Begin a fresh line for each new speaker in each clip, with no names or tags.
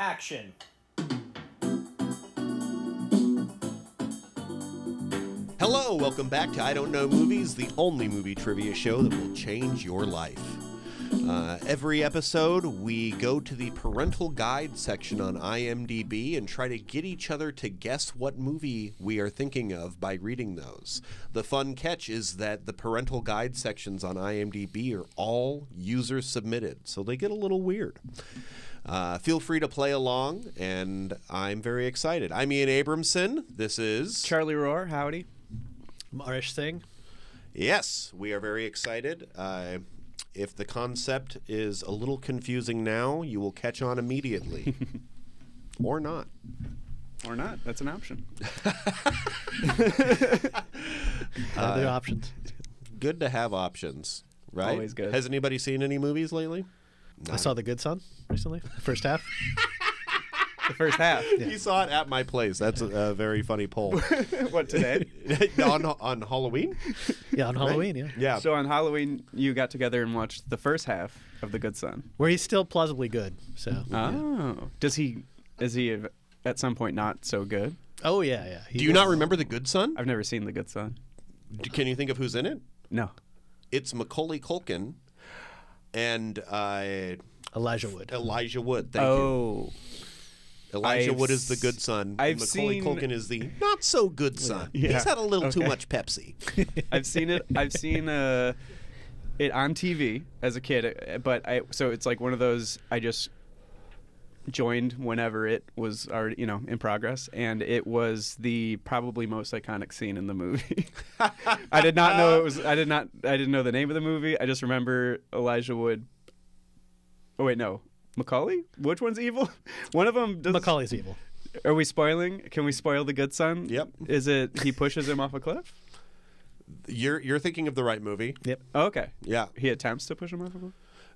action.
Hello, welcome back to I Don't Know Movies, the only movie trivia show that will change your life. Uh, every episode, we go to the parental guide section on IMDb and try to get each other to guess what movie we are thinking of by reading those. The fun catch is that the parental guide sections on IMDb are all user submitted, so they get a little weird. Uh, feel free to play along, and I'm very excited. I'm Ian Abramson. This is.
Charlie Roar, howdy. Marish Singh.
Yes, we are very excited. Uh, if the concept is a little confusing now, you will catch on immediately. or not.
Or not. That's an option.
Uh,
Other options.
Good to have options, right?
Always good.
Has anybody seen any movies lately?
I saw The Good Son recently, first half.
The first half.
You saw it at my place. That's a, a very funny poll.
what today?
on, on Halloween?
Yeah, on Halloween. Yeah.
Yeah.
So on Halloween, you got together and watched the first half of The Good Son.
where he's still plausibly good. So.
Oh, does he? Is he at some point not so good?
oh yeah, yeah. He
Do you
was-
not remember The Good Son?
I've never seen The Good Son.
D- Can you think of who's in it?
No.
It's Macaulay Culkin and uh,
Elijah Wood?
Elijah Wood. Thank you.
oh,
Elijah
I've
Wood is the
s-
good son.
I've
Macaulay
seen-
Culkin is the not so good son.
Yeah.
He's had a little too
Okay.
much Pepsi.
I've seen it. I've seen uh, it on TV as a kid. uh, But I so it's like one of those I just joined whenever it was already you know in progress and it was the probably most iconic scene in the movie i did not know it was i did not i didn't know the name of the movie i just remember elijah wood oh wait no macaulay which one's evil one of them does,
Macaulay's evil.
are we spoiling can we spoil the good son
Yep.
is it he pushes him off a cliff
You're you're thinking of the right movie.
Yep.
Oh, okay
Yeah.
he attempts to push him off a cliff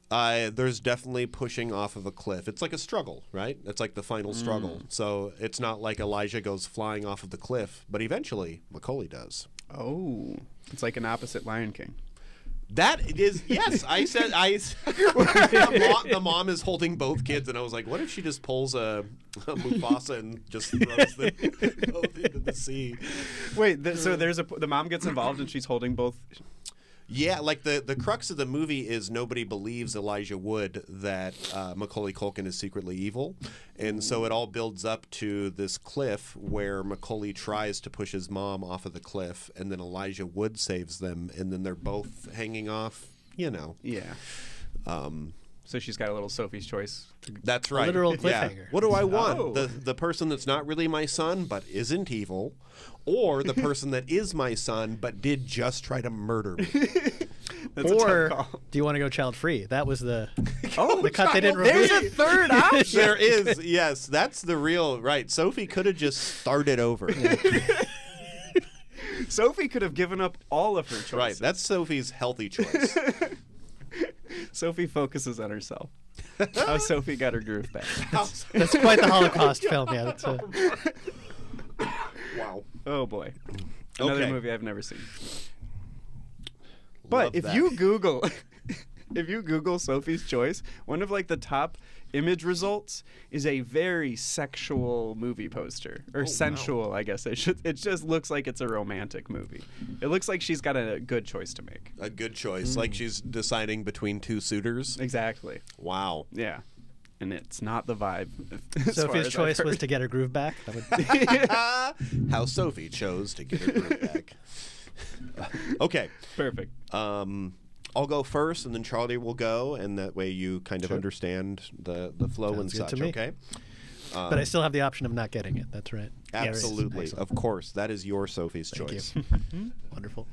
Uh, there's definitely pushing off of a cliff. It's like a struggle, right? It's like the final struggle. So it's not like Elijah goes flying off of the cliff, but eventually Macaulay does.
Oh, it's like an opposite Lion King.
That is yes. I said I. s- the, mom, the mom is holding both kids, and I was like, "What if she just pulls a, a Mufasa and just throws them both into the sea?"
Wait, th- so there's a the mom gets involved and she's holding both.
Yeah, like the the crux of the movie is nobody believes Elijah Wood that uh, Macaulay Culkin is secretly evil, and so it all builds up to this cliff where Macaulay tries to push his mom off of the cliff, and then Elijah Wood saves them, and then they're both hanging off. You know,
Yeah. Um. So she's got a little Sophie's Choice.
that's right.
literal
Yeah.
cliffhanger.
What do I want?
Oh.
The the person that's not really my son but isn't evil, or the person that is my son but did just try to murder me.
That's
or
a tough call.
do you want to go child free? That was the
Oh,
the cut they didn't
there's
reveal.
a third option.
There is, yes. That's the real right. Sophie could have just started over.
Sophie could have given up all of her choices.
Right. That's Sophie's healthy choice.
Sophie focuses on herself. How Sophie got her groove back.
That's quite the Holocaust film. Yeah. That's uh, a,
wow.
Oh boy. Another
Okay.
movie I've never seen.
Love
But if
that.
you Google, if you Google Sophie's Choice, one of like the top image results is a very sexual movie poster
Oh,
or sensual, I guess. It should. It just looks like it's a romantic movie. It looks like she's got a good choice to make.
a good choice,
Mm.
like she's deciding between two suitors.
Exactly.
Wow.
Yeah. And it's not the vibe. as far
Sophie's
as I've
choice was
heard.
to get her groove back. That would,
Ah, How Sophie chose to get her group back. okay.
perfect.
Um, I'll go first, and then Charlie will go, and that way you kind of understand the the flow and
Sounds good
such.
to me.
Okay.
but I still have the option of not getting it. That's right. Yeah, right.
Um, Absolutely.
Excellent.
Of course. That is your Sophie's
Thank
choice.
you. Wonderful.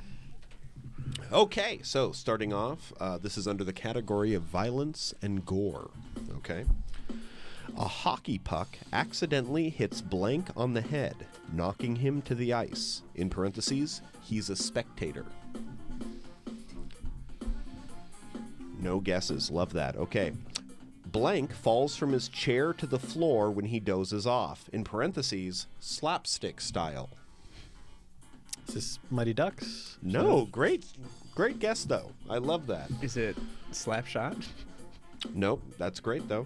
Okay, so starting off, uh, this is under the category of violence and gore. Okay. A hockey puck accidentally hits blank on the head, knocking him to the ice. In parentheses, he's a spectator. No guesses. Love that. Okay. Blank falls from his chair to the floor when he dozes off. In parentheses, slapstick style.
Is this Mighty Ducks?
No, great, great guess though. I love that.
Is it Slapshot?
Nope, that's great though.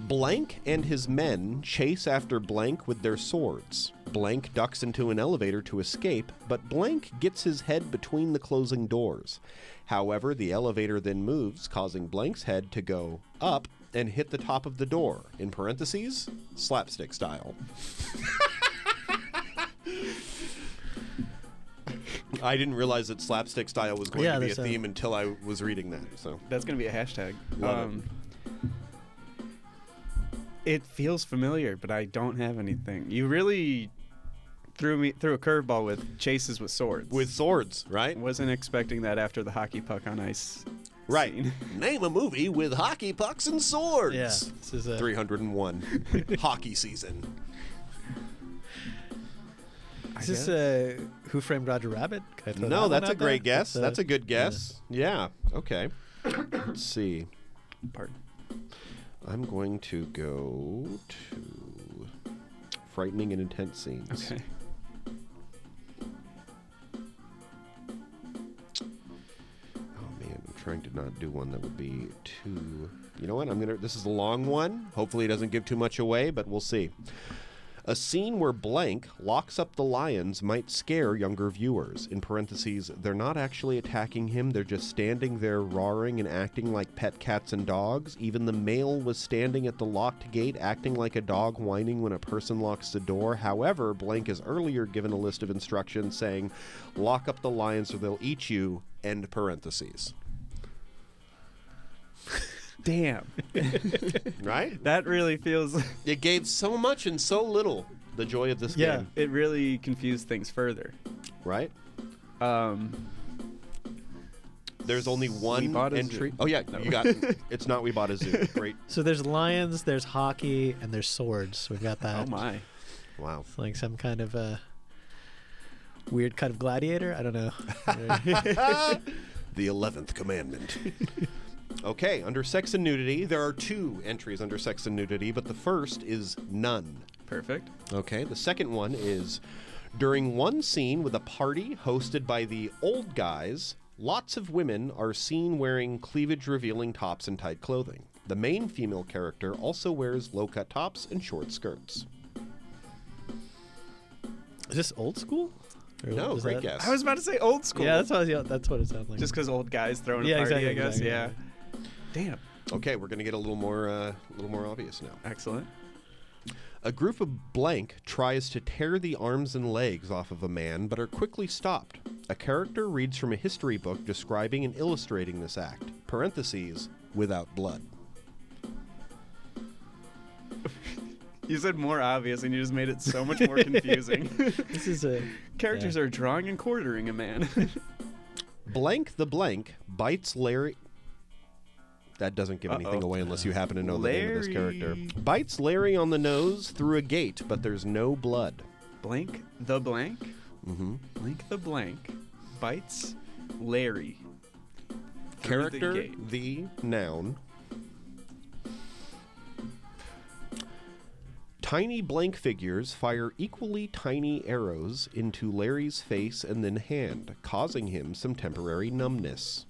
Blank and his men chase after Blank with their swords. Blank ducks into an elevator to escape, but Blank gets his head between the closing doors. However, the elevator then moves, causing Blank's head to go up and hit the top of the door, in parentheses, slapstick style. I didn't realize that slapstick style was going
Yeah,
to be a
there's a-
theme until I was reading that. So
That's gonna be a hashtag.
Love
um, it. feels familiar, but I don't have anything. You really threw me threw a curveball with chases with swords.
with swords, right?
wasn't expecting that after the hockey puck on ice.
Right.
scene.
Name a movie with hockey pucks and swords.
Yeah, this is a
301 hockey season.
Is this uh, Who Framed Roger Rabbit? Can I throw that
No,
one
that's a
out there?
great guess. That's a good guess. Yeah. Okay. Let's see.
Pardon.
I'm going to go to frightening and intense scenes.
Okay.
Oh man, I'm trying to not do one that would be too. You know what? I'm gonna. This is a long one. Hopefully, it doesn't give too much away, but we'll see. A scene where blank locks up the lions might scare younger viewers. In parentheses, they're not actually attacking him, they're just standing there roaring and acting like pet cats and dogs. Even the male was standing at the locked gate acting like a dog whining when a person locks the door. However, blank is earlier given a list of instructions saying, lock up the lions or they'll eat you. End parentheses.
Damn.
Right?
that really feels.
It gave so much and so little the joy of this
Yeah.
game.
It really confused things further.
Right?
Um,
There's only one
Bought a
entry.
Zoo.
Oh yeah, you got. it's not we bought a zoo. Great.
So there's lions, there's hockey, and there's swords. We've got that.
oh my.
Wow.
It's like some kind of uh, weird cut of gladiator. I don't know.
The eleventh commandment. okay, under sex and nudity, there are two entries under sex and nudity, but the first is none.
Perfect.
Okay, the second one is during one scene with a party hosted by the old guys, lots of women are seen wearing cleavage revealing tops and tight clothing. The main female character also wears low cut tops and short skirts.
is this old school? Or
No,
was
great
that-
guess.
I was about to say old school.
Yeah, that's what, I was, yeah, that's what it sounds like.
Just because old guys throwing
Yeah,
a party,
exactly,
I guess.
exactly,
yeah. Damn.
Okay, we're gonna get a little more, uh, a little more obvious now.
Excellent.
A group of blank tries to tear the arms and legs off of a man, but are quickly stopped. A character reads from a history book describing and illustrating this act. Parentheses without blood.
You said more obvious, and you just made it so much more confusing.
this is a
Characters are drawing and quartering a man.
Blank the blank bites Larry. That doesn't give anything
Uh-oh.
away unless you happen to know the name of this character.
Larry.
Bites Larry on the nose through a gate, but there's no blood.
blank the blank. Mm-hmm. Blank the blank bites Larry. through the
Character,
gate.
the, noun. Tiny blank figures fire equally tiny arrows into Larry's face and then hand, causing him some temporary numbness.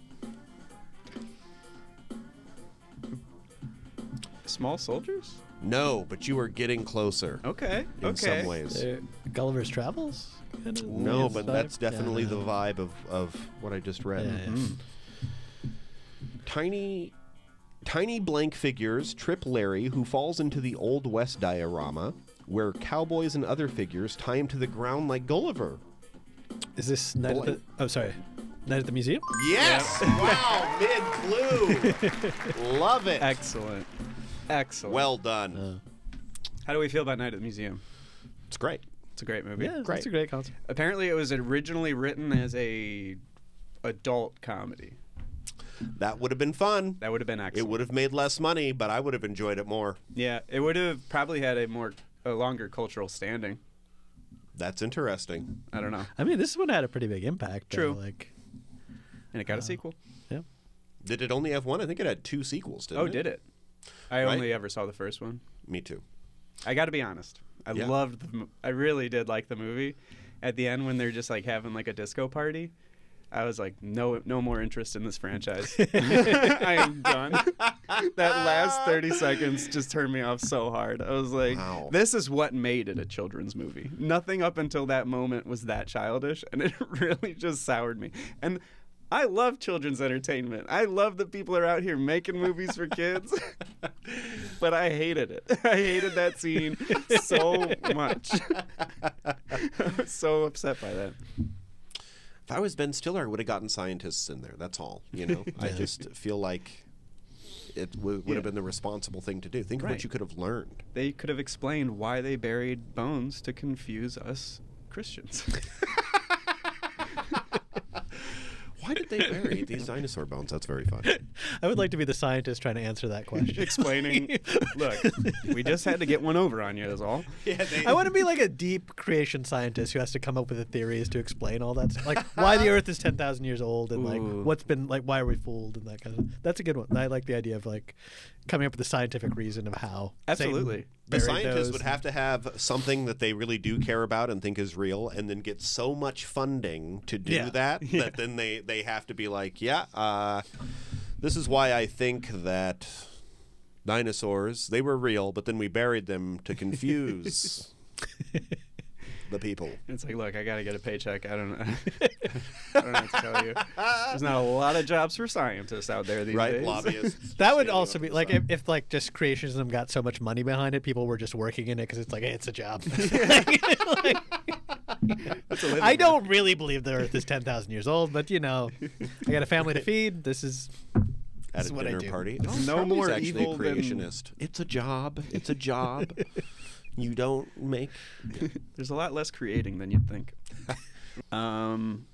Small soldiers.
No, but you are getting closer
Okay.
in
Oh, okay.
some ways.
uh, Gulliver's Travels. Kind of
No, but
vibe?
that's
Yeah,
definitely
no.
the vibe Mm-hmm. of, of what I just read.
Yeah, yeah.
Tiny tiny blank figures trip Larry, who falls into the Old West diorama, where cowboys and other figures tie him to the ground like Gulliver.
Is this night? At
Blank.
the, oh, sorry, night at the museum.
Yes! wow, mid clue. Love it.
Excellent. Excellent.
Well done.
how do we feel about Night at the Museum?
it's great.
It's a great movie.
Yeah,
Great.
that's a great concert.
Apparently, it was originally written as a adult comedy.
That would have been fun.
That would have been excellent.
It would have made less money, but I would have enjoyed it more.
Yeah, it would have probably had a more a longer cultural standing.
That's interesting.
I don't know.
I mean, this one had a pretty big impact.
True.
though, Like,
And
Uh,
it got a sequel.
yeah.
Did it only have one? I think it had two sequels, didn't
Oh,
it?
did it? I
Right?
only ever saw the first one.
Me too.
I got to be honest. I
Yeah.
loved the. mo- I really did like the movie. At the end, when they're just like having like a disco party, I was like, no, no more interest in this franchise. I am done. that last thirty seconds just turned me off so hard. I was like,
Wow.
this is what made it a children's movie. Nothing up until that moment was that childish, and it really just soured me. And I love children's entertainment. I love that people are out here making movies for kids, but I hated it. I hated that scene so much. I was so upset by that.
If I was Ben Stiller, I would have gotten scientists in there. That's all. You know, I just feel like it w- would
Yeah.
have been the responsible thing to do. Think of what
Right.
you could have learned.
they could have explained why they buried bones to confuse us Christians.
Why did they bury these dinosaur bones? That's very fun.
I would like to be the scientist trying to answer that question.
Explaining, look, we just had to get one over on you, is all.
Yeah, they,
I want to be like a deep creation scientist who has to come up with the theories to explain all that, stuff. like why the Earth is ten thousand years old and
Ooh.
like what's been like why are we fooled and that kind of. That's a good one. I like the idea of like coming up with a scientific reason of how. Satan
Absolutely.
the
buried
scientists
those.
would have to have something that they really do care about and think is real, and then get so much funding to do
Yeah.
that that then they they have to be like, yeah, uh, this is why I think that dinosaurs they were real, but then we buried them to confuse the people.
It's like, look, I got to get a paycheck. I don't know. I don't know what to tell you. There's not a lot of jobs for scientists out there these
Right,
days.
lobbyists.
That would
standing
also
on
be
the
like
side.
if, if like just creationism got so much money behind it, people were just working in it because it's like, hey, it's a job. I don't really believe the Earth is ten thousand years old, but you know, I got a family to feed. This is
at
is
a
what I
dinner
do.
party.
Oh, no
Charlie's
more
actually
evil
a
than-
creationist. It's a job. It's a job. you don't make.
There's a lot less creating than you'd think. Um,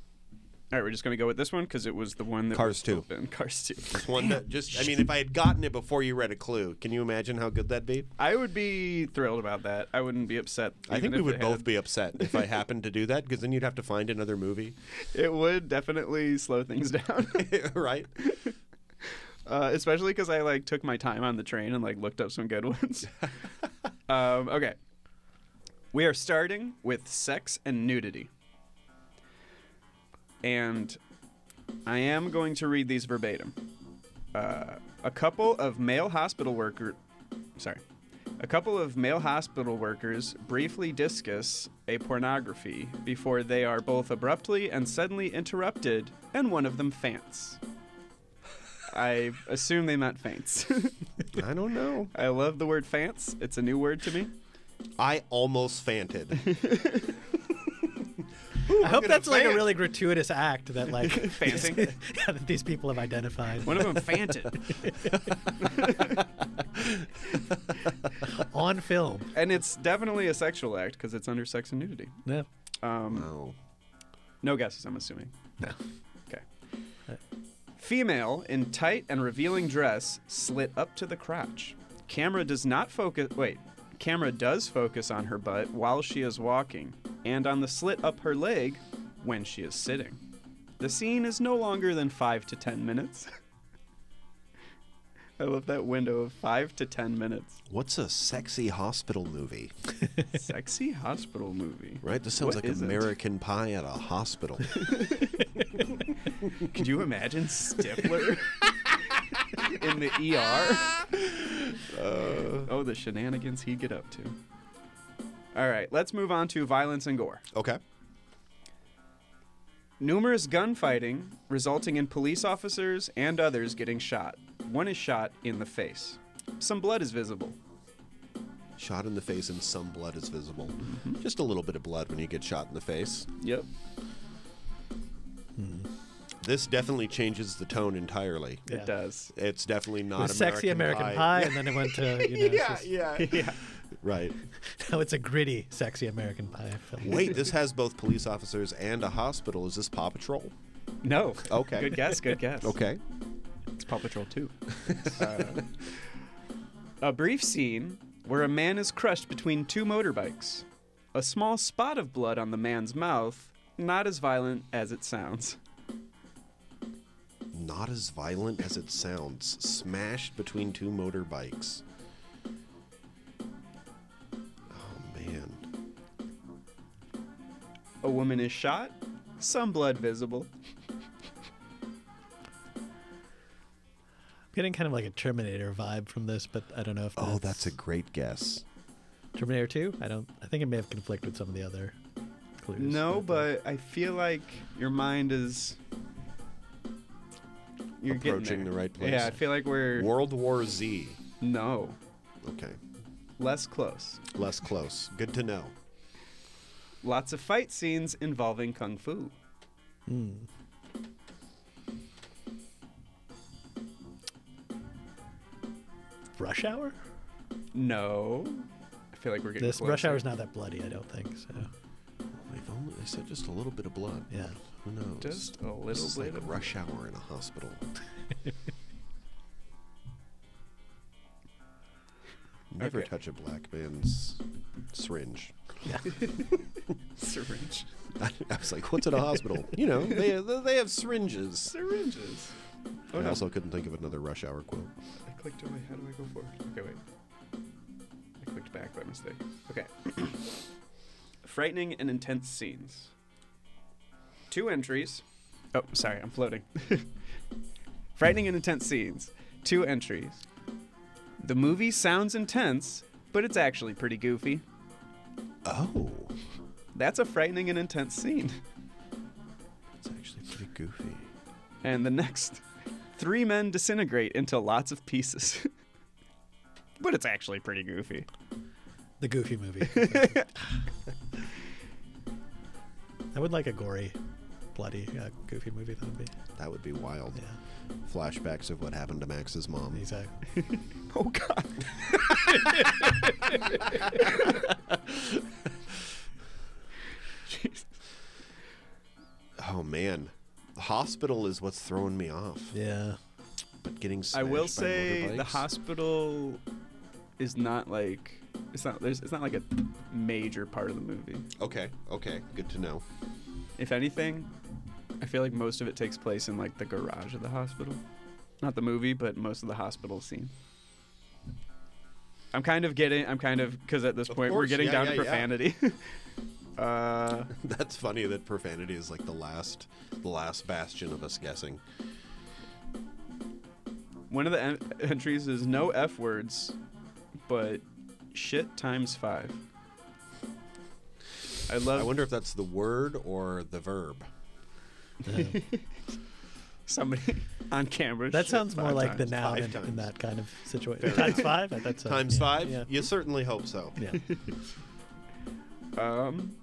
all right, we're just going to go with this one because it was the one that
Cars 2.
Open. Cars 2.
It's one that just. I mean, if I had gotten it before you read a clue, can you imagine how good that'd be?
I would be thrilled about that. I wouldn't be upset.
I
even
think we
if
would
it
both
had-
be upset if I happened to do that, because then you'd have to find another movie,
It would definitely slow things down.
right?
uh, especially because I like took my time on the train and like looked up some good ones. um, okay, we are starting with sex and nudity, and I am going to read these verbatim. Uh, a couple of male hospital worker, sorry, a couple of male hospital workers briefly discuss a pornography before they are both abruptly and suddenly interrupted, and one of them faints. I assume they meant faints.
I don't know.
I love the word faints. It's a new word to me.
I almost fainted.
I hope
gonna
that's like a
faint.
really gratuitous act that like
Fancy.
yeah, that these people have identified
One of them fainted.
on film.
And it's definitely a sexual act because it's under sex and nudity.
No,
Um,
No.
No guesses, I'm assuming.
No.
Okay. Female in tight and revealing dress slit up to the crotch. Camera does not focus. Wait. Camera does focus on her butt while she is walking and on the slit up her leg when she is sitting. The scene is no longer than five to ten minutes. I love that window of five to ten minutes.
What's a sexy hospital movie?
Sexy hospital movie.
Right? This sounds
What
like
is it?
American Pie at a hospital.
Could you imagine Stifler in the ER? oh, the shenanigans he'd get up to. All right, let's move on to violence and gore.
okay.
Numerous gunfighting resulting in police officers and others getting shot. One is shot in the face. Some blood is visible.
Shot in the face and some blood is visible.
Mm-hmm.
Just a little bit of blood when you get shot in the face.
Yep.
This definitely changes the tone entirely.
It
Yeah.
does.
It's definitely not
it was sexy uh, American Pie, and then it went to you know, yeah,
yeah, yeah. Right.
now it's a gritty sexy American Pie film.
Wait, this has both police officers and a hospital. Is this Paw Patrol?
No.
Okay.
Good guess, good guess.
Okay.
It's Paw Patrol 2. Uh, a brief scene where a man is crushed between two motorbikes. A small spot of blood on the man's mouth, not as violent as it sounds.
Not as violent as it sounds. Smashed between two motorbikes. Oh man.
A woman is shot, some blood visible.
getting kind of like a Terminator vibe from this, but I don't know if that's,
Oh, that's a great guess.
Terminator 2. I don't. I think it may have conflict with some of the other clues.
No, but I feel like your mind is you're getting
Approaching
there.
the right place.
Yeah, I feel like we're
World War Z.
no
Okay.
less close.
Less close. Good to know.
Lots of fight scenes involving kung fu.
Rush Hour.
No, I feel like we're getting
This
closer.
Rush Hour's not that bloody. I don't think so.
They've only, they said just a little bit of blood.
Yeah.
Who knows?
just a
this
little
is
bit
like
of
rush hour in a hospital. Never
Okay.
touch a black man's syringe.
syringe.
I, was like, what's in a hospital? You know, they, they have syringes.
Syringes. Oh
I
no!
also couldn't think of another rush hour quote.
I clicked away. How do I go forward? Okay, wait. I clicked back by mistake. Okay. Frightening and intense scenes. Two entries. Oh, sorry, I'm floating. Frightening and intense scenes. Two entries. The movie sounds intense, but it's actually pretty goofy.
Oh,
That's a frightening and intense scene.
it's actually pretty goofy.
And the next, three men disintegrate into lots of pieces. but it's actually pretty goofy.
The Goofy movie. I would like a gory, bloody uh, Goofy movie. That would be.
That would be wild.
Yeah.
Flashbacks of what happened to Max's mom.
Exactly.
Oh God. Jesus.
Oh man, hospital is what's throwing me off.
Yeah.
But getting
I will
smashed by
say the
motorbikes?
hospital is not like it's not there's it's not like a major part of the movie.
Okay, okay, good to know.
If anything, I feel like most of it takes place in like the garage of the hospital. Not the movie, but most of the hospital scene. I'm kind of getting I'm kind of cuz at this
Of
point we're
course,
getting
yeah,
down to
yeah, yeah.
profanity. uh
That's funny that profanity is like the last, the last bastion of us guessing.
One of the en- entries is no F words, but shit times five. I love
I wonder if that's the word or the verb.
Yeah.
somebody on camera.
That
shit
sounds more
five
like the
times.
noun
Five
in, in
times.
that kind of situation. Times five? I thought so.
Times
yeah,
five.
Yeah.
You certainly hope so.
yeah.
Um.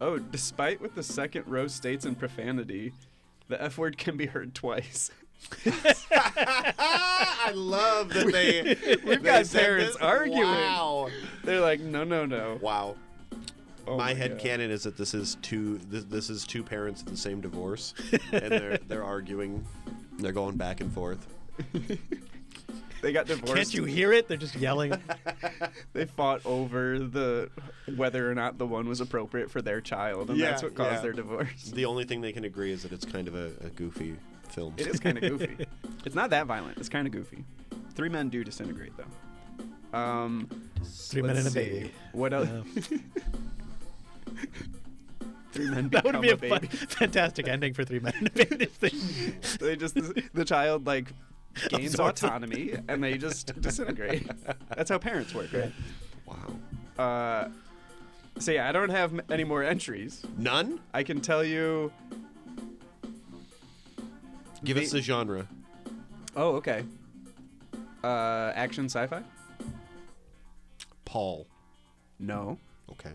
Oh, despite what the second row states in profanity, the F word can be heard twice.
I love that they. We've
got parents arguing.
Wow.
They're like, no, no, no.
Wow.
Oh
my, head
God.
canon is that this is two this, this is two parents in the same divorce, and they're they're arguing, they're going back and forth.
They got divorced.
Can't you hear it? They're just yelling.
They fought over the whether or not the one was appropriate for their child, and
Yeah,
that's what caused
yeah.
their divorce.
The only thing they can agree is that it's kind of a, a goofy film.
It is kind of goofy. it's not that violent. It's kind of goofy. Three men do disintegrate, though. Um,
Three men
let's
and a
see.
baby.
What else?
Yeah.
Three men
That
become
would be a
a baby.
fun, fantastic ending for Three Men and a Baby. This thing.
they just the child like gains
Absorbs it.
autonomy and they just disintegrate. That's how parents work, right?
wow.
Uh, so yeah, I don't have m- any more entries.
None.
I can tell you.
Give
The-
us the genre.
Oh, okay. Uh, action sci-fi?
Paul.
No.
Okay.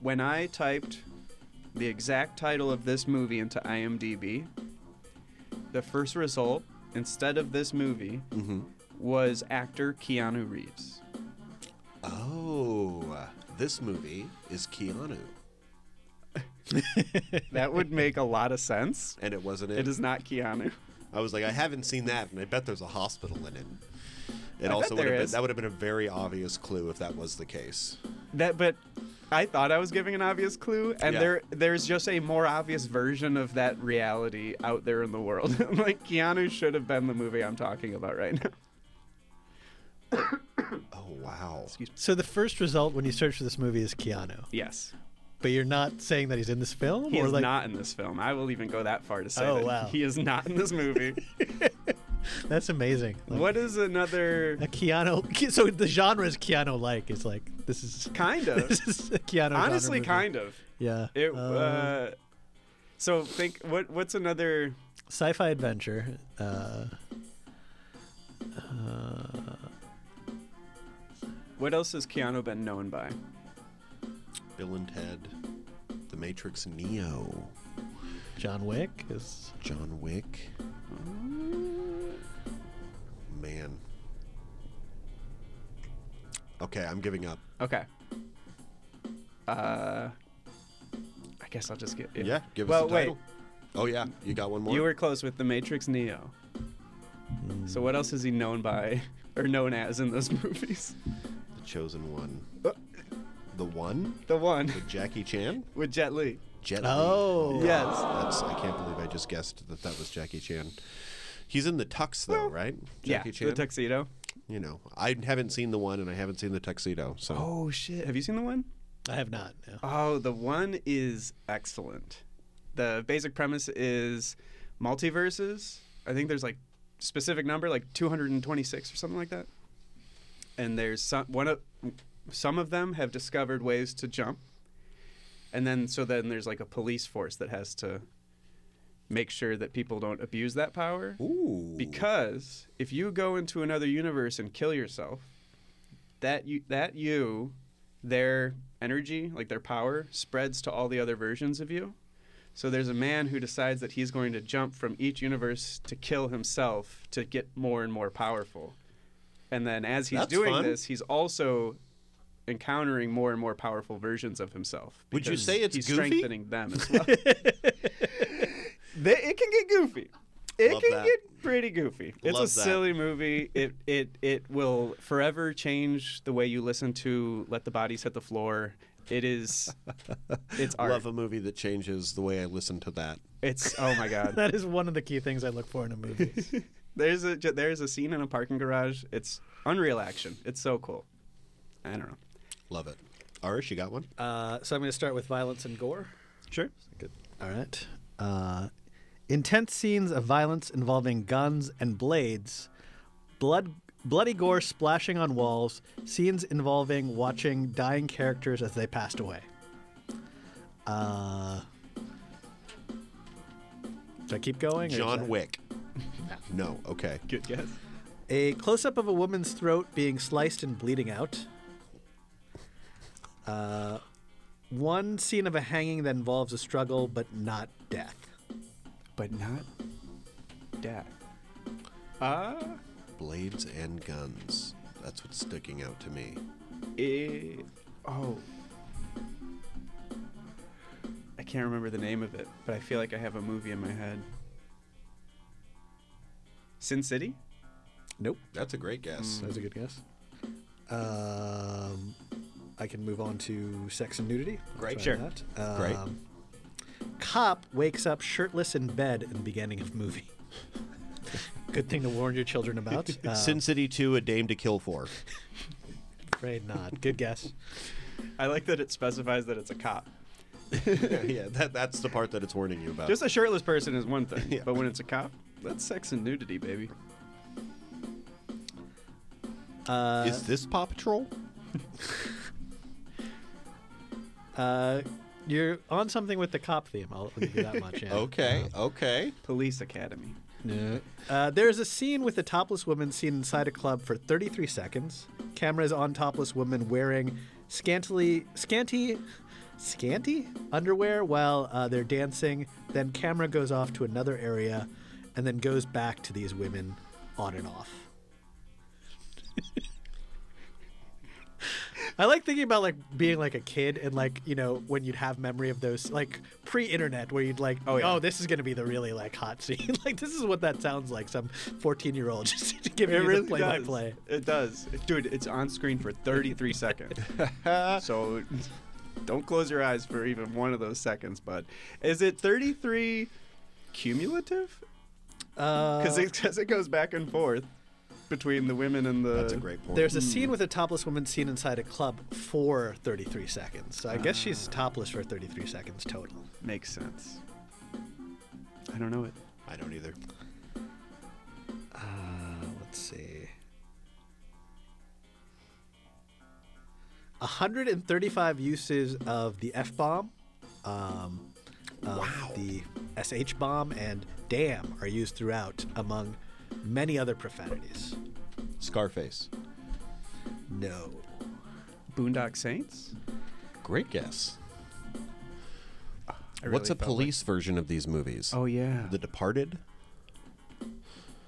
When I typed the exact title of this movie into IMDb, the first result instead of this movie
Mm-hmm.
was actor Keanu Reeves.
Oh, this movie is Keanu,
That would make a lot of sense.
and it wasn't it.
It is not Keanu.
I was like, I haven't seen that, and I bet there's a hospital in it. It
bet
also would
there
have been,
is.
that would have been a very obvious clue if that was the case.
That, but I thought I was giving an obvious clue, and
Yeah.
there, there's just a more obvious version of that reality out there in the world. like Keanu should have been the movie I'm talking about right now.
Oh wow! Oh,
So the first result when you search for this movie is Keanu.
Yes.
But you're not saying that he's in this film,
He
or
is
like
not in this film. I will even go that far to say
Oh,
that
wow.
he is not in this movie.
that's amazing. Like,
what is another
a Keanu? So the genre is Keanu-like. It's like this is
kind of?
this is a Keanu. genre
Honestly,
movie.
kind of.
Yeah.
It.
Uh,
uh, so think what what's another
sci-fi adventure. Uh, uh,
what else has Keanu been known by?
Bill and Ted, The Matrix, Neo,
John Wick is
John Wick. Man. Okay, I'm giving up.
Okay. Uh, I guess I'll just get
Yeah, give
well,
us the
wait.
title. Oh yeah, you got one more.
You were close with the Matrix Neo.
Hmm.
So what else is he known by or known as in those movies?
the chosen one. The one?
The one
With Jackie Chan?
with Jet Li.
Jet Li.
oh
Yes.
That's I can't believe I just guessed that that was Jackie Chan. He's in the tux though, right? Jackie
yeah,
Chan.
the tuxedo.
you know, I haven't seen the one and I haven't seen the tuxedo. So
Oh shit! Have you seen the one?
I have not. No.
Oh, the one is excellent. The basic premise is multiverses. I think there's like specific number like 226 or something like that. And there's some one of some of them have discovered ways to jump. And then so then there's like a police force that has to make sure that people don't abuse that power
Ooh.
because if you go into another universe and kill yourself that you that you their energy like their power spreads to all the other versions of you so there's a man who decides that he's going to jump from each universe to kill himself to get more and more powerful and then as he's
That's
doing
fun.
this he's also encountering more and more powerful versions of himself
Would you
because
say it's
he's
goofy?
strengthening them as well they, it can get goofy. It
Love
can
that.
get pretty goofy. It's
Love
a
that.
silly movie. It it it will forever change the way you listen to "Let the Bodies Hit the Floor." It is, it's art.
love a movie that changes the way I listen to that.
It's oh my god.
That is one of the key things I look for in a movie.
There's a ju- there's a scene in a parking garage. It's unreal action. It's so cool. I don't know.
Love it. Arish, you got one?
Uh, so I'm going to start with violence and gore.
Sure.
All right.
Uh, intense scenes of violence involving guns and blades, blood, bloody gore splashing on walls, scenes involving watching dying characters as they passed away. Uh,
Do I keep going? or is
John
that-
Wick. no. Okay.
Good guess.
a close up of a woman's throat being sliced and bleeding out. Uh, one scene of a hanging that involves a struggle but not death.
But not death. Ah.
Blades and guns. That's what's sticking out to me.
Eh, oh. I can't remember the name of it, but I feel like I have a movie in my head. Sin City?
Nope.
That's a great guess.
That was a good guess. Um, I can move on to sex and nudity. I'll
Great.
try
Sure.
that.
Mm. Great.
Um, Cop wakes up shirtless in bed in the beginning of movie.
Good thing to warn your children about. Uh,
Sin City 2, A Dame to Kill For.
afraid not. Good guess.
I like that it specifies that it's a cop.
yeah, that, that's the part that it's warning you about.
Just a shirtless person is one thing,
Yeah.
but when it's a cop, that's sex and nudity, baby.
Uh,
Is this Paw Patrol?
Uh, you're on something with the cop theme. I'll I'll give you that much. Yeah.
Okay, okay.
Police Academy.
No. Uh, there's a scene with a topless woman seen inside a club for 33 seconds. Cameras on topless woman wearing scantily, scanty, scanty underwear while uh, they're dancing. Then camera goes off to another area, and then goes back to these women, on and off.
I like thinking about like being like a kid and like you know when you'd have memory of those like pre-internet where you'd like oh,
yeah.
this is gonna be the really like hot scene like this is what that sounds like some 14 year old just giving you the play by play
It does. Dude, it's on screen for 33 seconds. so don't close your eyes for even one of those seconds, but is it 33 cumulative?
Uh,
Uh,
Because it, 'cause it goes back and forth. between the women and the.
That's a great point.
Uh, There's a scene with a topless woman seen inside a club for 33 seconds. So I guess she's
Ah.
topless for 33 seconds total.
Makes sense. I don't know it.
I don't either. Oh,
Uh, let's see. 135 uses of the F bomb, um, of the SH bomb, and damn are used throughout, among many other profanities.
Scarface.
No.
Boondock Saints.
Great guess.
I
What's
really
a
felt
police version of these movies?
like- Oh yeah.
The Departed.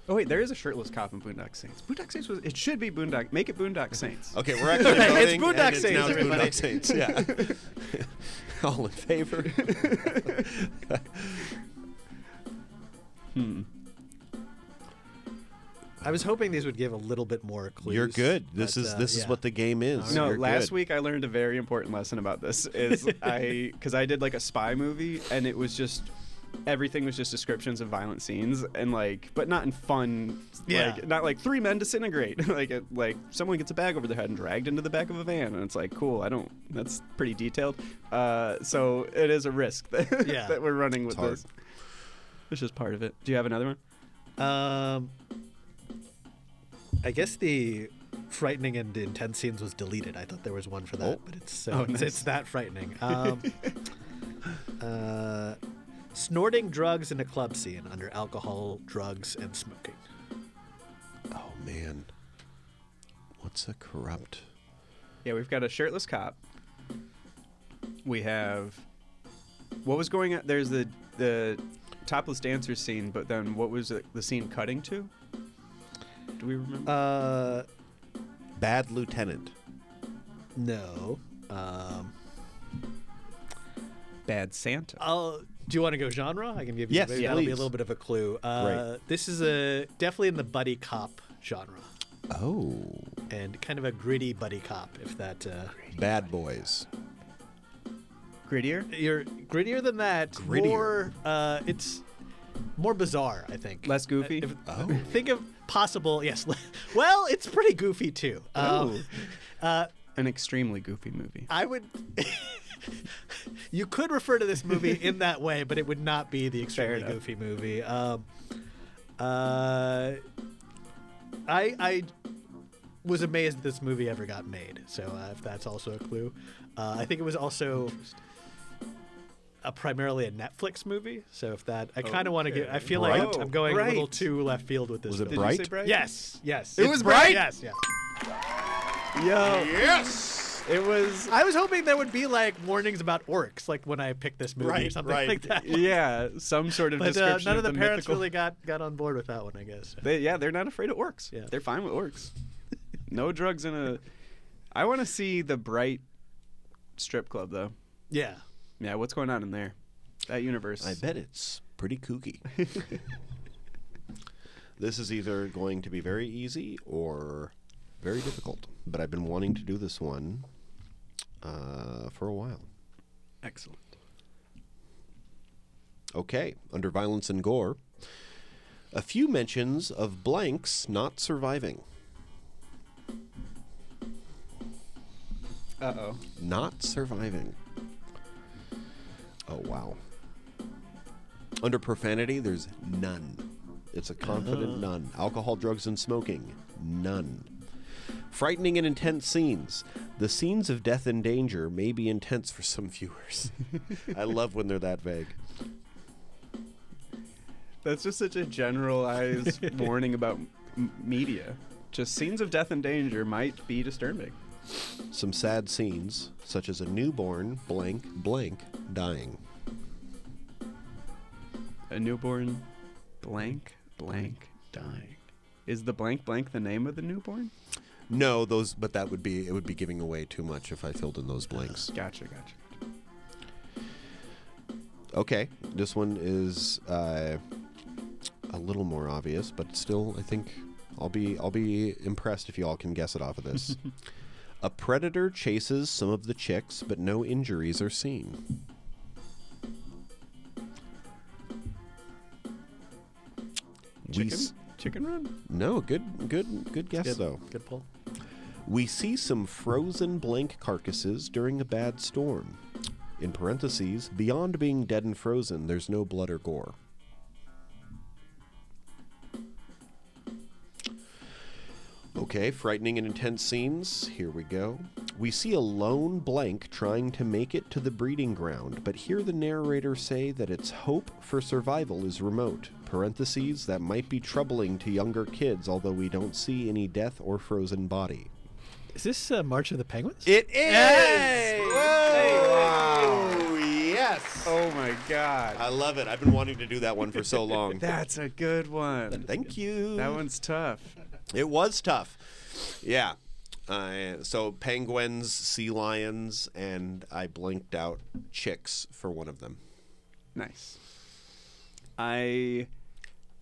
Oh wait, there is a shirtless cop in Boondock Saints. Boondock Saints was. It should be Boondock. Make it Boondock Saints.
Okay, we're actually voting.
It's
and
Boondock Saints,
now
everybody.
Boondock Saints. Yeah. All in favor?
I was hoping these would give a little bit more clues.
You're good. This
but,
is
uh,
this is
yeah.
what the game is.
No,
You're
last
good.
week I learned a very important lesson about this. Is I because I did like a spy movie and it was just everything was just descriptions of violent scenes and like, but not in fun.
Yeah.
Like, not like three men disintegrate. like it, like someone gets a bag over their head and dragged into the back of a van and it's like cool. I don't. That's pretty detailed. Uh, so it is a risk that,
Yeah.
that we're running with
hard.
this. It's just part of it. Do you have another one?
Um, I guess the frightening and intense scenes was deleted. I thought there was one for that,
Oh.
but it's so
Oh,
it's,
nice.
it's that frightening. Um, uh, snorting drugs in a club scene under alcohol, drugs, and smoking.
Oh man. What's a corrupt?
Yeah, we've got a shirtless cop. We have what was going on. There's the the topless dancer scene, but then what was it, the scene cutting to? Do we remember?
Uh,
Bad lieutenant.
no. Um,
Bad Santa.
I'll. Do you want to go genre? I can give you.
Yes,
maybe that'll be a
please.
little bit of a clue. Uh, This is a definitely in the buddy cop genre,
Oh.
and kind of a gritty buddy cop. If that. Uh,
Bad boys.
Grittier.
you're grittier than that.
Grittier.
More, uh, it's more bizarre, I think.
Less goofy?
Uh, if-
Oh.
Think of possible. Yes. le- Well, it's pretty goofy too.
Oh.
Um, uh,
An extremely goofy movie.
I would. you could refer to this movie in that way, but it would not be the extremely
enough.
goofy movie. Um, uh, I I was amazed that this movie ever got made. So uh, if that's also a clue, uh, I think it was also a primarily a Netflix movie. So if that, I kind of want to get. I feel like
Bright?
I'm, I'm going a little
Bright.
too left field with this.
Was it
film.
Did you say
Bright?
bright?
Yes, yes.
It
It's
was Bright?
Yes, yeah.
Yo,
Yes.
it was.
I was hoping there would be like warnings about orcs, like when I picked this movie or
Right,
something
right.
like that.
Yeah, some sort of
But uh,
description.
none of the, parents
mythical-
really got got on board with that one, I guess.
They, yeah, they're not afraid of orcs.
Yeah.
They're fine with orcs. no drugs in a. I want to see the bright strip club though.
Yeah.
Yeah, what's going on in there? That universe.
I bet it's pretty kooky. this is either going to be very easy or very difficult. But I've been wanting to do this one uh, for a while.
Excellent.
Okay, under violence and gore, a few mentions of blanks not surviving.
Uh oh.
Not surviving. Oh, wow. Under profanity, there's none. It's a confident none. Alcohol, drugs, and smoking, none. Frightening and intense scenes. The scenes of death and danger may be intense for some viewers. I love when they're that vague.
That's just such a generalized warning about m- media. Just scenes of death and danger might be disturbing.
Some sad scenes, such as a newborn blank blank dying.
A newborn blank blank dying. Is the blank blank the name of the newborn?
No, those, but that would be it would be giving away too much if I filled in those blanks.
Gotcha, gotcha.
Okay, this one is uh, a little more obvious, but still, I think I'll be I'll be impressed if you all can guess it off of this. a predator chases some of the chicks, but no injuries are seen. We
Chicken?
s-
Chicken Run.
No, good, good, good guess though.
Good pull.
We see some frozen blank carcasses during a bad storm. In parentheses, beyond being dead and frozen, there's no blood or gore. Okay, frightening and intense scenes. Here we go. We see a lone blank trying to make it to the breeding ground, but hear the narrator say that its hope for survival is remote. Parentheses, that might be troubling to younger kids, although we don't see any death or frozen body.
Is this uh, March of the Penguins?
It is! Whoa! Yes!
Oh my God.
I love it. I've been wanting to do that one for so long.
That's a good one.
Thank you.
That one's tough.
It was tough. Yeah. Uh, so penguins, sea lions, and I blinked out chicks for one of them.
Nice. I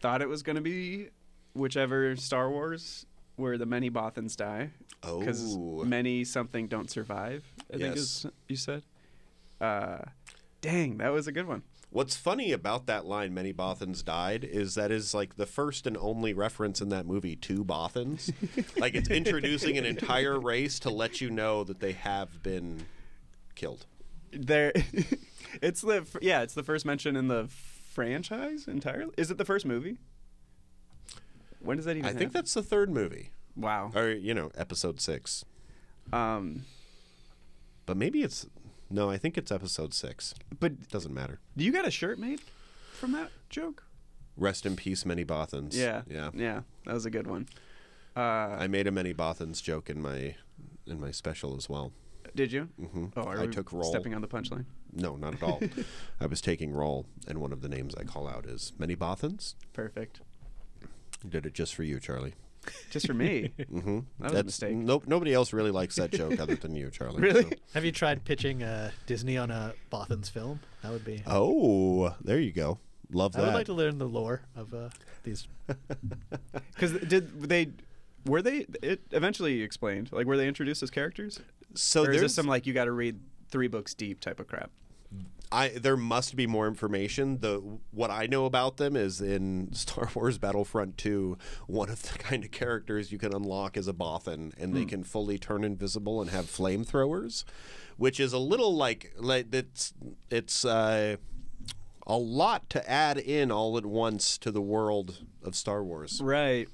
thought it was going to be whichever Star Wars where the many Bothans die. Because
Oh.
many something don't survive, I think is
Yes.
you said. Uh, dang, that was a good one.
What's funny about that line, "Many Bothans died," is that is like the first and only reference in that movie to Bothans. like it's introducing an entire race to let you know that they have been killed.
There, it's the f- yeah, it's the first mention in the franchise entirely. Is it the first movie? When does that even?
I think Uh,
happen?
that's the third movie,
wow.
or you know, episode six.
Um,
But maybe it's no. I think it's episode six.
but
Doesn't matter.
you got a shirt made from that joke?
Rest in peace, many Bothans.
Yeah,
yeah.
yeah. That was a good one.
I made a many Bothans joke in my in my special as well.
Did you? Mm-hmm. Oh, are
I
we
took roll.
Stepping on the punchline.
No, not at all. I was taking roll, and one of the names I call out is many Bothans.
Perfect.
Did it just for you, Charlie.
Just for me.
Mm-hmm.
That was a mistake.
Nope. Nobody else really likes that joke other than you, Charlie.
Really?
so-
Have you tried pitching uh, Disney on a Bothans film? That would be.
Oh, there you go. Love
I
that.
would like to learn the lore of uh, these.
mm.
Because did they? Were they? It eventually explained. Like, were they introduced as characters?
so
or is
there's
this some like you got to read three books deep type of crap?
I there must be more information. The what I know about them is in Star Wars Battlefront 2, one of the kind of characters you can unlock is a Bothan, and
Hmm.
they can fully turn invisible and have flamethrowers, which is a little like like it's it's uh, a lot to add in all at once to the world of Star Wars. It's
Right.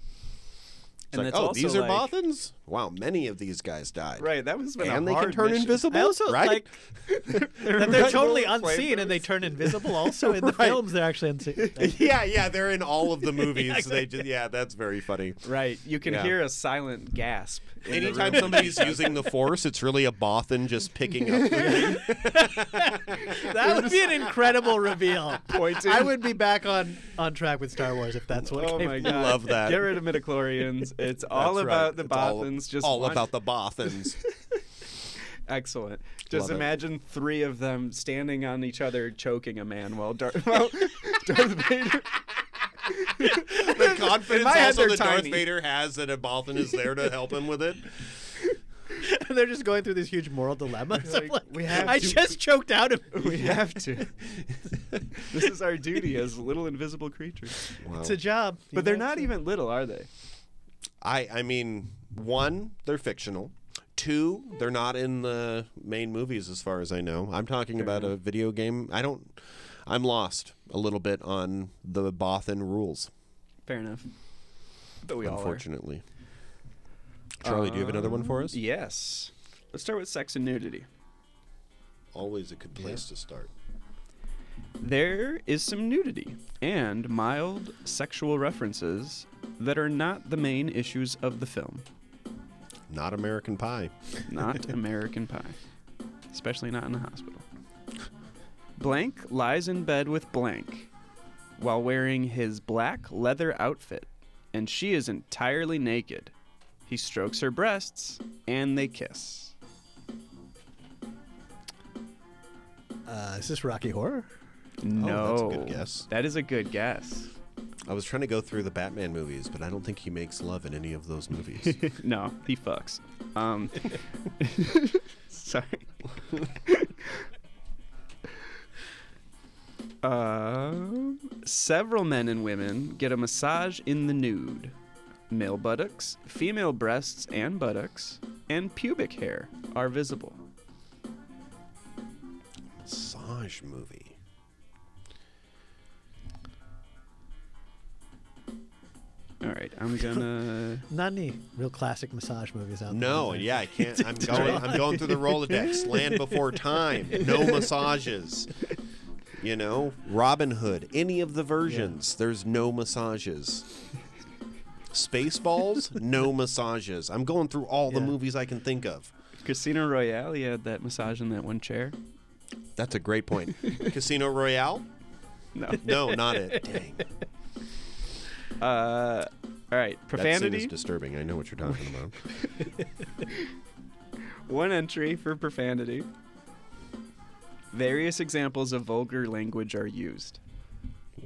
like,
that's
oh,
also
these are
like-
Bothans? Wow, many of these guys died.
Right. That was been a
And they can
hard
turn
mission.
invisible,
I also
right?
like that they're
Right.
totally
Little
unseen and they turn invisible. Also in the
Right.
films, they're actually unseen.
yeah, yeah, they're in all of the movies. They just, yeah, that's very funny.
Right. You can
Yeah.
hear a silent gasp. in the
Anytime
room.
somebody's using the force, it's really a Bothan just picking up.
That would be an incredible reveal.
Pointing.
I would be back on on track with Star Wars if that's what.
Oh
came
my
out.
god.
Love that.
Get rid of midichlorians. It's all
That's right.
about the
It's all-
Bothans. just
all
one-
about the Bothans.
Excellent. Just
Love it.
imagine three of them standing on each other, choking a man while Darth, while Darth Vader.
The confidence
my head,
also
they're
that
tiny.
Darth Vader has that a Bothan is there to help him with it.
And they're just going through this huge moral dilemma. So
Like,
like,
we have
I
to-
just choked out of.
We have to. this is our duty as little invisible creatures.
Wow.
It's a job. you
But they're
know?
not even little, are they?
I, I mean, one, they're fictional. Two, they're not in the main movies as far as I know. I'm talking about a video game. I don't. I'm lost a little bit on the Bothan rules,
Fair enough. But we all are.
unfortunately. Charlie, do you have another one for us?
Yes. Let's start with sex and nudity.
Always a good place to start.
There is some nudity and mild sexual references that are not the main issues of the film.
Not American Pie.
not American Pie, especially not in the hospital. Blank lies in bed with Blank while wearing his black leather outfit, and she is entirely naked. He strokes her breasts, and they kiss.
Oh,
Uh, is this Rocky Horror?
No,
that's a good guess.
That is a good guess.
I was trying to go through the Batman movies, but I don't think he makes love in any of those movies.
no, he fucks. Um, sorry. Um several men and women get a massage in the nude. Male buttocks, female breasts and buttocks, and pubic hair are visible.
Massage movie.
All right, I'm gonna.
Not any real classic massage movies out there.
No,
is there?
yeah, I can't. I'm going. I'm going through the Rolodex. Land Before Time. No massages. You know, Robin Hood. Any of the versions. There's no massages. Spaceballs. No massages. I'm going through all the
Yeah.
movies I can think of.
Casino Royale, you had that massage in that one chair.
That's a great point. Casino Royale.
No.
No, not it. Dang.
Uh, all right,
That scene is
profanity.
disturbing. I know what you're talking about.
One entry for profanity. Various examples of vulgar language are used.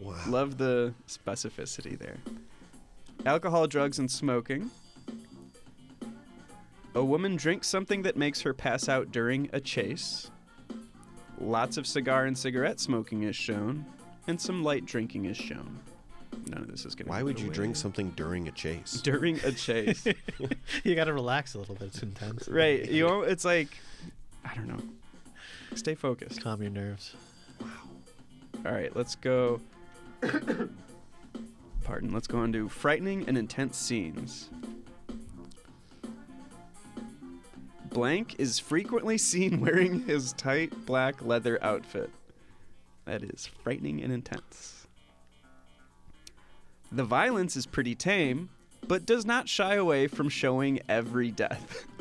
Wow.
Love the specificity there. Alcohol, drugs, and smoking. A woman drinks something that makes her pass out during a chase. Lots of cigar and cigarette smoking is shown, and some light drinking is shown. None of this is going to
Why would you drink something during a chase?
during a chase?
you got to relax a little bit. It's intense.
right. You know, it's like I don't know. Stay focused.
Calm your nerves.
All right, let's go. Pardon. Let's go on to frightening and intense scenes. Blank is frequently seen wearing his tight black leather outfit. That is frightening and intense. The violence is pretty tame, but does not shy away from showing every death.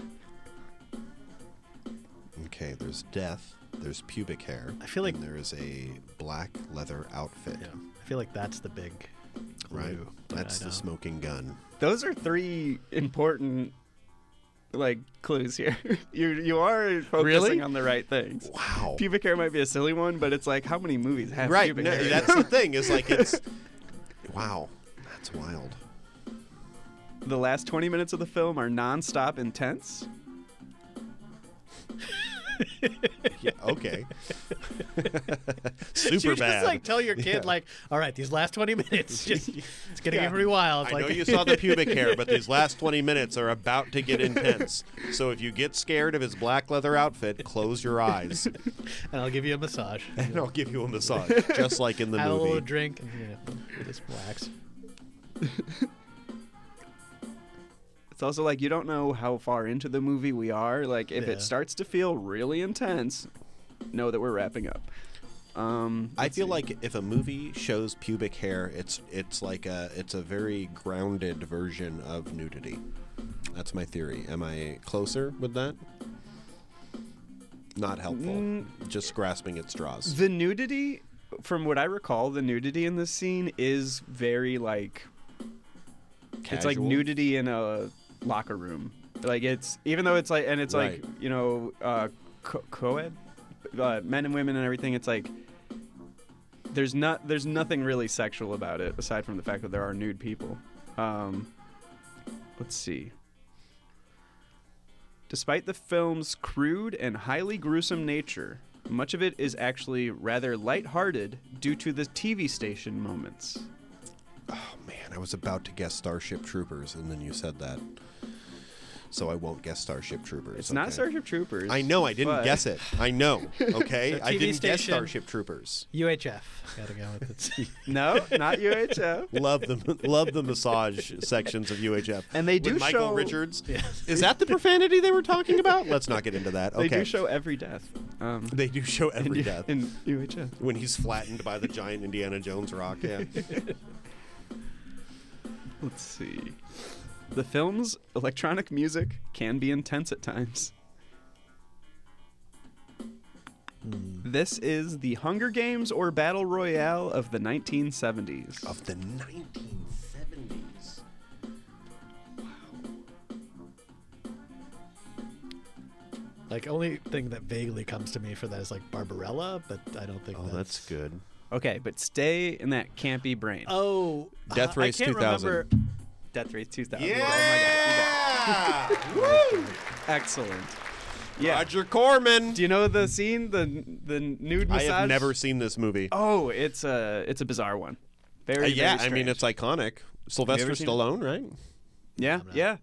Okay, there's death. There's pubic hair.
I feel like-
and there is a black leather outfit.
Yeah. I feel like that's the big.
Right.
clue that I
That's the
know.
smoking gun.
Those are three important like clues here. you you are focusing
Really?
on the right things.
Wow.
Pubic hair might be a silly one, but it's like how many movies have
right.
pubic
No,
hair?
that's the thing. Is like it's. Wow. That's wild.
the last 20 minutes of the film are nonstop intense.
Yeah. Okay.
Did
Super
you
bad.
just like tell your kid like, all right, these last twenty minutes, just it's gonna get pretty wild.
I
like,
know you saw the pubic hair, but these last 20 minutes are about to get intense. So if you get scared of his black leather outfit, close your eyes,
and I'll give you a massage.
and I'll give you a massage, just like in the
Have a
movie.
little drink and you know, just relax.
It's also like you don't know how far into the movie we are. Like if
Yeah.
it starts to feel really intense, know that we're wrapping up. Um
I
let's
feel
see.
like if a movie shows pubic hair, it's it's like a it's a very grounded version of nudity. That's my theory. Am I closer with that? Not helpful.
Mm.
Just grasping at straws.
The nudity, from what I recall, the nudity in this scene is very like it's like
Casual?
nudity in a locker room. Like it's even though it's like and it's
Right.
like you know uh, co- co-ed, uh, men and women and everything. It's like there's not there's nothing really sexual about it aside from the fact that there are nude people. Um, let's see. Despite the film's crude and highly gruesome nature, much of it is actually rather lighthearted due to the TV station moments.
Oh man, I was about to guess Starship Troopers, and then you said that, so I won't guess Starship Troopers.
It's not
okay?
Starship Troopers.
I know. I didn't
but-
guess it. I know. Okay. I
TV
didn't guess
station.
Starship Troopers.
UHF. Gotta go with it.
No, not UHF.
Love the love the massage sections of UHF.
And they do
With Michael
show-
Richards. Is that the profanity they were talking about? Let's not get into that.
They
Okay.
do show every death. Um,
They do show every
in,
death
in UHF.
when he's flattened by the giant Indiana Jones rock. Yeah.
Let's see. The film's electronic music can be intense at times.
Hmm.
This is the Hunger Games or Battle Royale of the 1970s.
of the 1970s.
like only thing that vaguely comes to me for that is like Barbarella, but I don't think.
Oh, that's good.
Okay, but stay in that campy brain.
Uh,
Oh,
Death Race
I can't
2000.
Remember.
Death Race 2000.
Yeah. Woo!
Oh my god. Excellent. Yeah.
Roger Corman.
Do you know the scene, the the nude
I
massage?
have never seen this movie.
Oh, it's Oh, a it's a bizarre one. Very,
Uh, yeah,
very
I mean
strange.
it's iconic. Sylvester
seen it?
Stallone, right?
Yeah, yeah.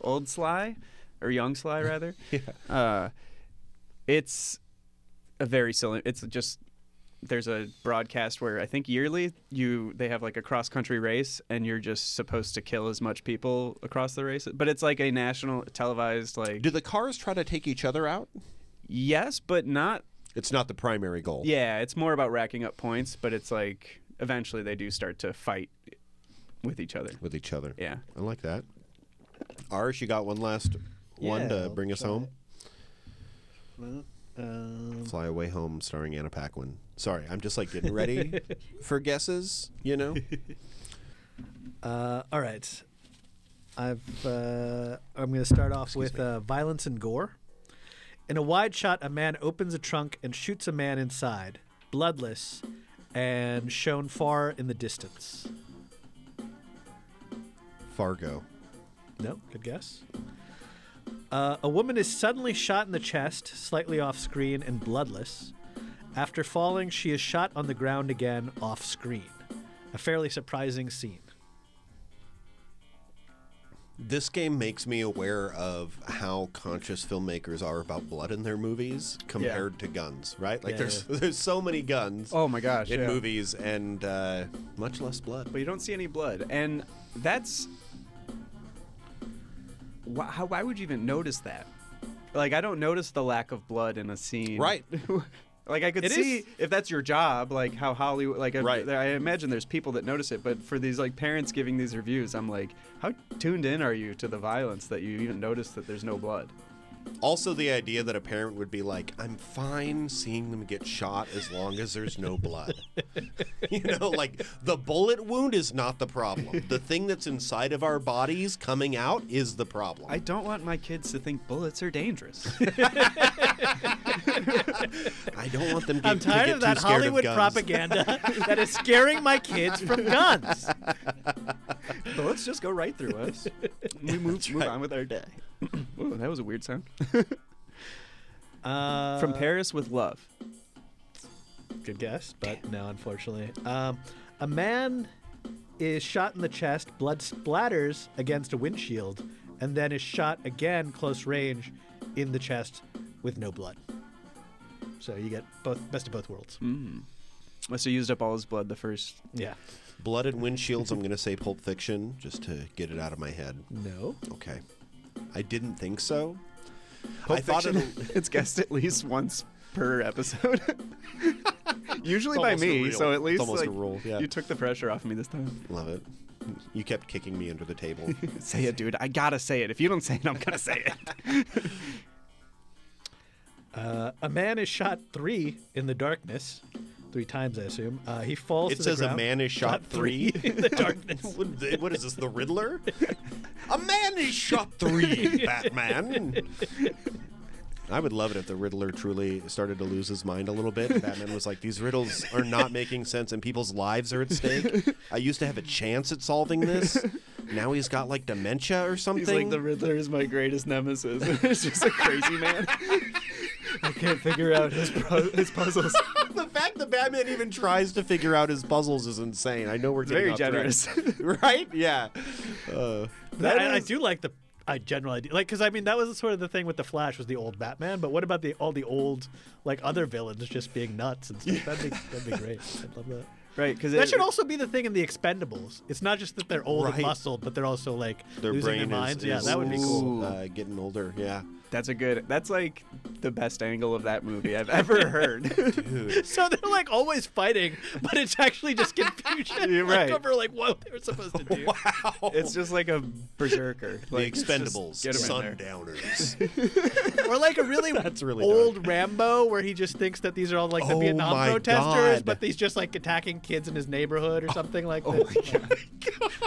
Old Sly, or young Sly rather. yeah. Uh, it's a very silly. It's just there's a broadcast where I think yearly you they have like a cross country race and you're just supposed to kill as much people across the race. But it's like a national televised like
Do the cars try to take each other out?
yes, but not.
It's not the primary goal.
Yeah, it's more about racking up points. But it's like eventually they do start to fight with each other.
With each other.
Yeah.
I like that. Arsh, you got one last one
Yeah,
to
I'll
bring us
try
home?
Um,
Fly Away Home starring Anna Paquin. Sorry, I'm just like getting ready for guesses, you know?
Uh, all right. I've uh, I'm going to start off with uh, violence and gore. In a wide shot, a man opens a trunk and shoots a man inside, bloodless, and shown far in the distance.
Fargo.
No, good guess. Uh, a woman is suddenly shot in the chest, slightly off screen and bloodless. After falling, she is shot on the ground again, off screen. A fairly surprising scene.
This game makes me aware of how conscious filmmakers are about blood in their movies compared to guns, right? Like
Yeah,
there's there's so many guns
Oh my gosh!
in
yeah.
movies and uh, much less blood.
but you don't see any blood, and that's why, how, why would you even notice that? Like, I don't notice the lack of blood in a scene,
Right.
like, I could
It
see
is-
if that's your job, like how Hollywood, like, if-
Right.
there- I imagine there's people that notice it, but for these like parents giving these reviews, I'm like, how tuned in are you to the violence that you even notice that there's no blood?
Also, the idea that a parent would be like, "I'm fine seeing them get shot as long as there's no blood." you know, like the bullet wound is not the problem. The thing that's inside of our bodies coming out is the problem.
I don't want my kids to think bullets are dangerous.
I don't want them. To,
I'm
to
tired
get
of that
too scared of
Hollywood
guns.
propaganda that is scaring my kids from guns.
bullets just go right through us. We move, move on with our day. Ooh, that was a weird sound.
Uh,
From Paris with Love.
Good guess, but no, unfortunately. Um, a man is shot in the chest, blood splatters against a windshield, and then is shot again close range in the chest with no blood. So you get both best of both worlds.
Mm.
Must have used up all his blood the first.
Yeah.
Blood and windshields. I'm gonna say Pulp Fiction just to get it out of my head.
No.
Okay, I didn't think so. I thought
Fiction,
it.
it's guessed at least once per episode. Usually
It's
by
almost a
me,
rule.
so at
It's
least
almost a
like,
rule, yeah.
you took the pressure off me this time.
Love it. You kept kicking me under the table.
Say it, dude. I gotta say it. If you don't say it, I'm gonna say it.
Uh, a man is shot three in the darkness, three times I assume. Uh, he falls.
It
to
says
the
a
ground.
man is shot three.
in the darkness.
What- th- what is this, the Riddler? a man is shot three, Batman. I would love it if the Riddler truly started to lose his mind a little bit. Batman was like, these riddles are not making sense and people's lives are at stake. I used to have a chance at solving this. Now he's got like dementia or something.
He's like, the Riddler is my greatest nemesis. it's just a crazy man. I can't figure out his, pro- his puzzles.
The fact that Batman even tries to figure out his puzzles is insane. I know we're getting
very
off track.
generous.
right? Yeah. Uh,
That I, I do like the I general idea, like because I mean that was sort of the thing with the Flash was the old Batman, but what about the all the old like other villains just being nuts and stuff? That'd be that'd be great. I'd love that.
right, because
That should also be the thing in the Expendables. It's not just that they're old
Right.
and muscled, but they're also like
their
losing
brain
their
is,
minds. yeah,
is
that would be cool.
Ooh.
Uh, getting older. Yeah.
That's a good. That's like the best angle of that movie I've ever heard.
So they're like always fighting, but it's actually just confusion
You're
like,
right.
over like what they were supposed to do.
it's just like a berserker. Like,
the
it's
Expendables,
just- get 'em in there.
Sundowners.
Or like a really
That's really
old Rambo where he just thinks that these are all like the
Oh my
Vietnam protesters,
God. Oh
but he's just like attacking kids in his neighborhood or something like that.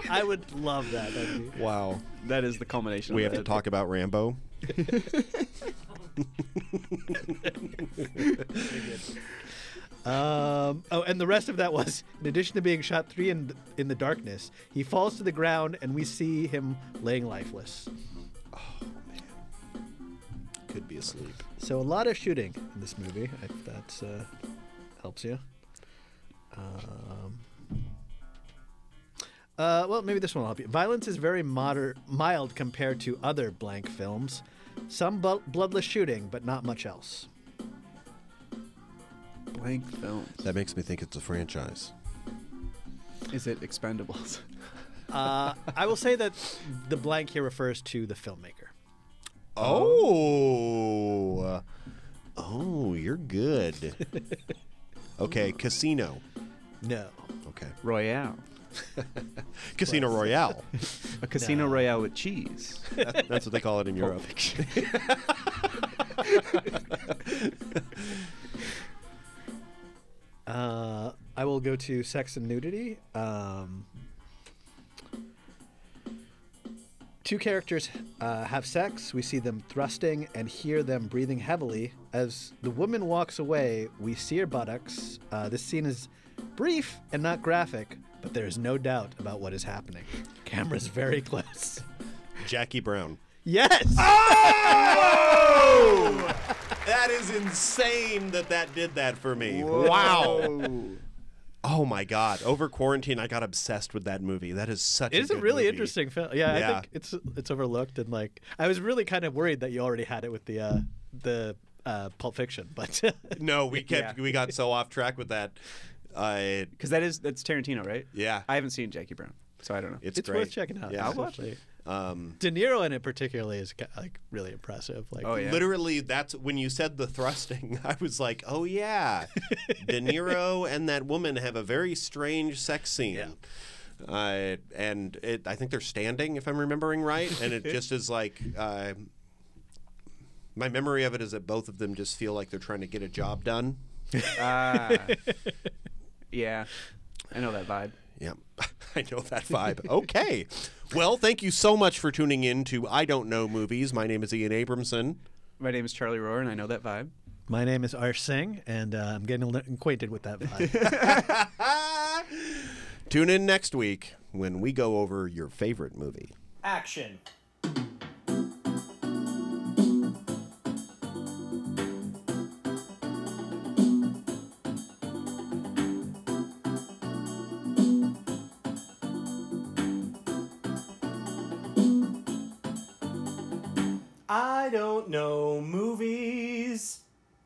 I would love that. That'd be-
wow.
That is the culmination.
We
of
have to
it.
talk about Rambo.
Um, oh, and the rest of that was, in addition to being shot three in in the darkness, he falls to the ground, and we see him laying lifeless.
Could be asleep.
So a lot of shooting in this movie. If that uh, helps you. Um,
Uh, well, maybe this one will help you. Violence is very moder- mild compared to other blank films. Some bu- bloodless shooting, but not much else.
Blank films.
That makes me think it's a franchise.
Is it Expendables?
Uh, I will say that the blank here refers to the filmmaker.
Oh. Oh, you're good. okay, Casino.
No.
Okay.
Royale.
Casino Royale.
A Casino Royale with cheese.
That- That's what they call it in Europe.
Uh, I will go to sex and nudity. Um, two characters uh, have sex. We see them thrusting and hear them breathing heavily. As the woman walks away, we see her buttocks. Uh, this scene is brief and not graphic, but there is no doubt about what is happening. Camera's very close.
Jackie Brown.
Yes!
Oh! that is insane that that did that for me. Wow. Oh my God! Over quarantine, I got obsessed with that movie. That is such.
It is
a
a
good
really
movie.
interesting film. Yeah,
Yeah.
I think it's it's overlooked and like I was really kind of worried that you already had it with the uh, the uh, Pulp Fiction, but
No, we kept
Yeah.
we got so off track with that. Uh,
Because that is that's Tarantino, right?
Yeah.
I haven't seen Jackie Brown, so I don't know.
it's
it's
great.
worth checking out.
Yeah.
It's
watch it.
actually-
Um,
De Niro in it particularly is ki- like really impressive. Like
Oh, yeah.
Literally, that's when you said the thrusting. I was like, oh yeah, De Niro and that woman have a very strange sex scene. Uh, and it, I think they're standing, if I'm remembering right. And it just is like, uh, my memory of it is that both of them just feel like they're trying to get a job done.
Ah. yeah, I know that vibe.
Yeah, I know that vibe. Okay. Well, thank you so much for tuning in to I Don't Know Movies. My name is Ian Abramson.
My name is Charlie Rohr, and I know that vibe.
my name is Arsh Singh, and uh, I'm getting acquainted with that vibe.
Tune in next week when we go over your favorite movie.
Action. I don't know movies.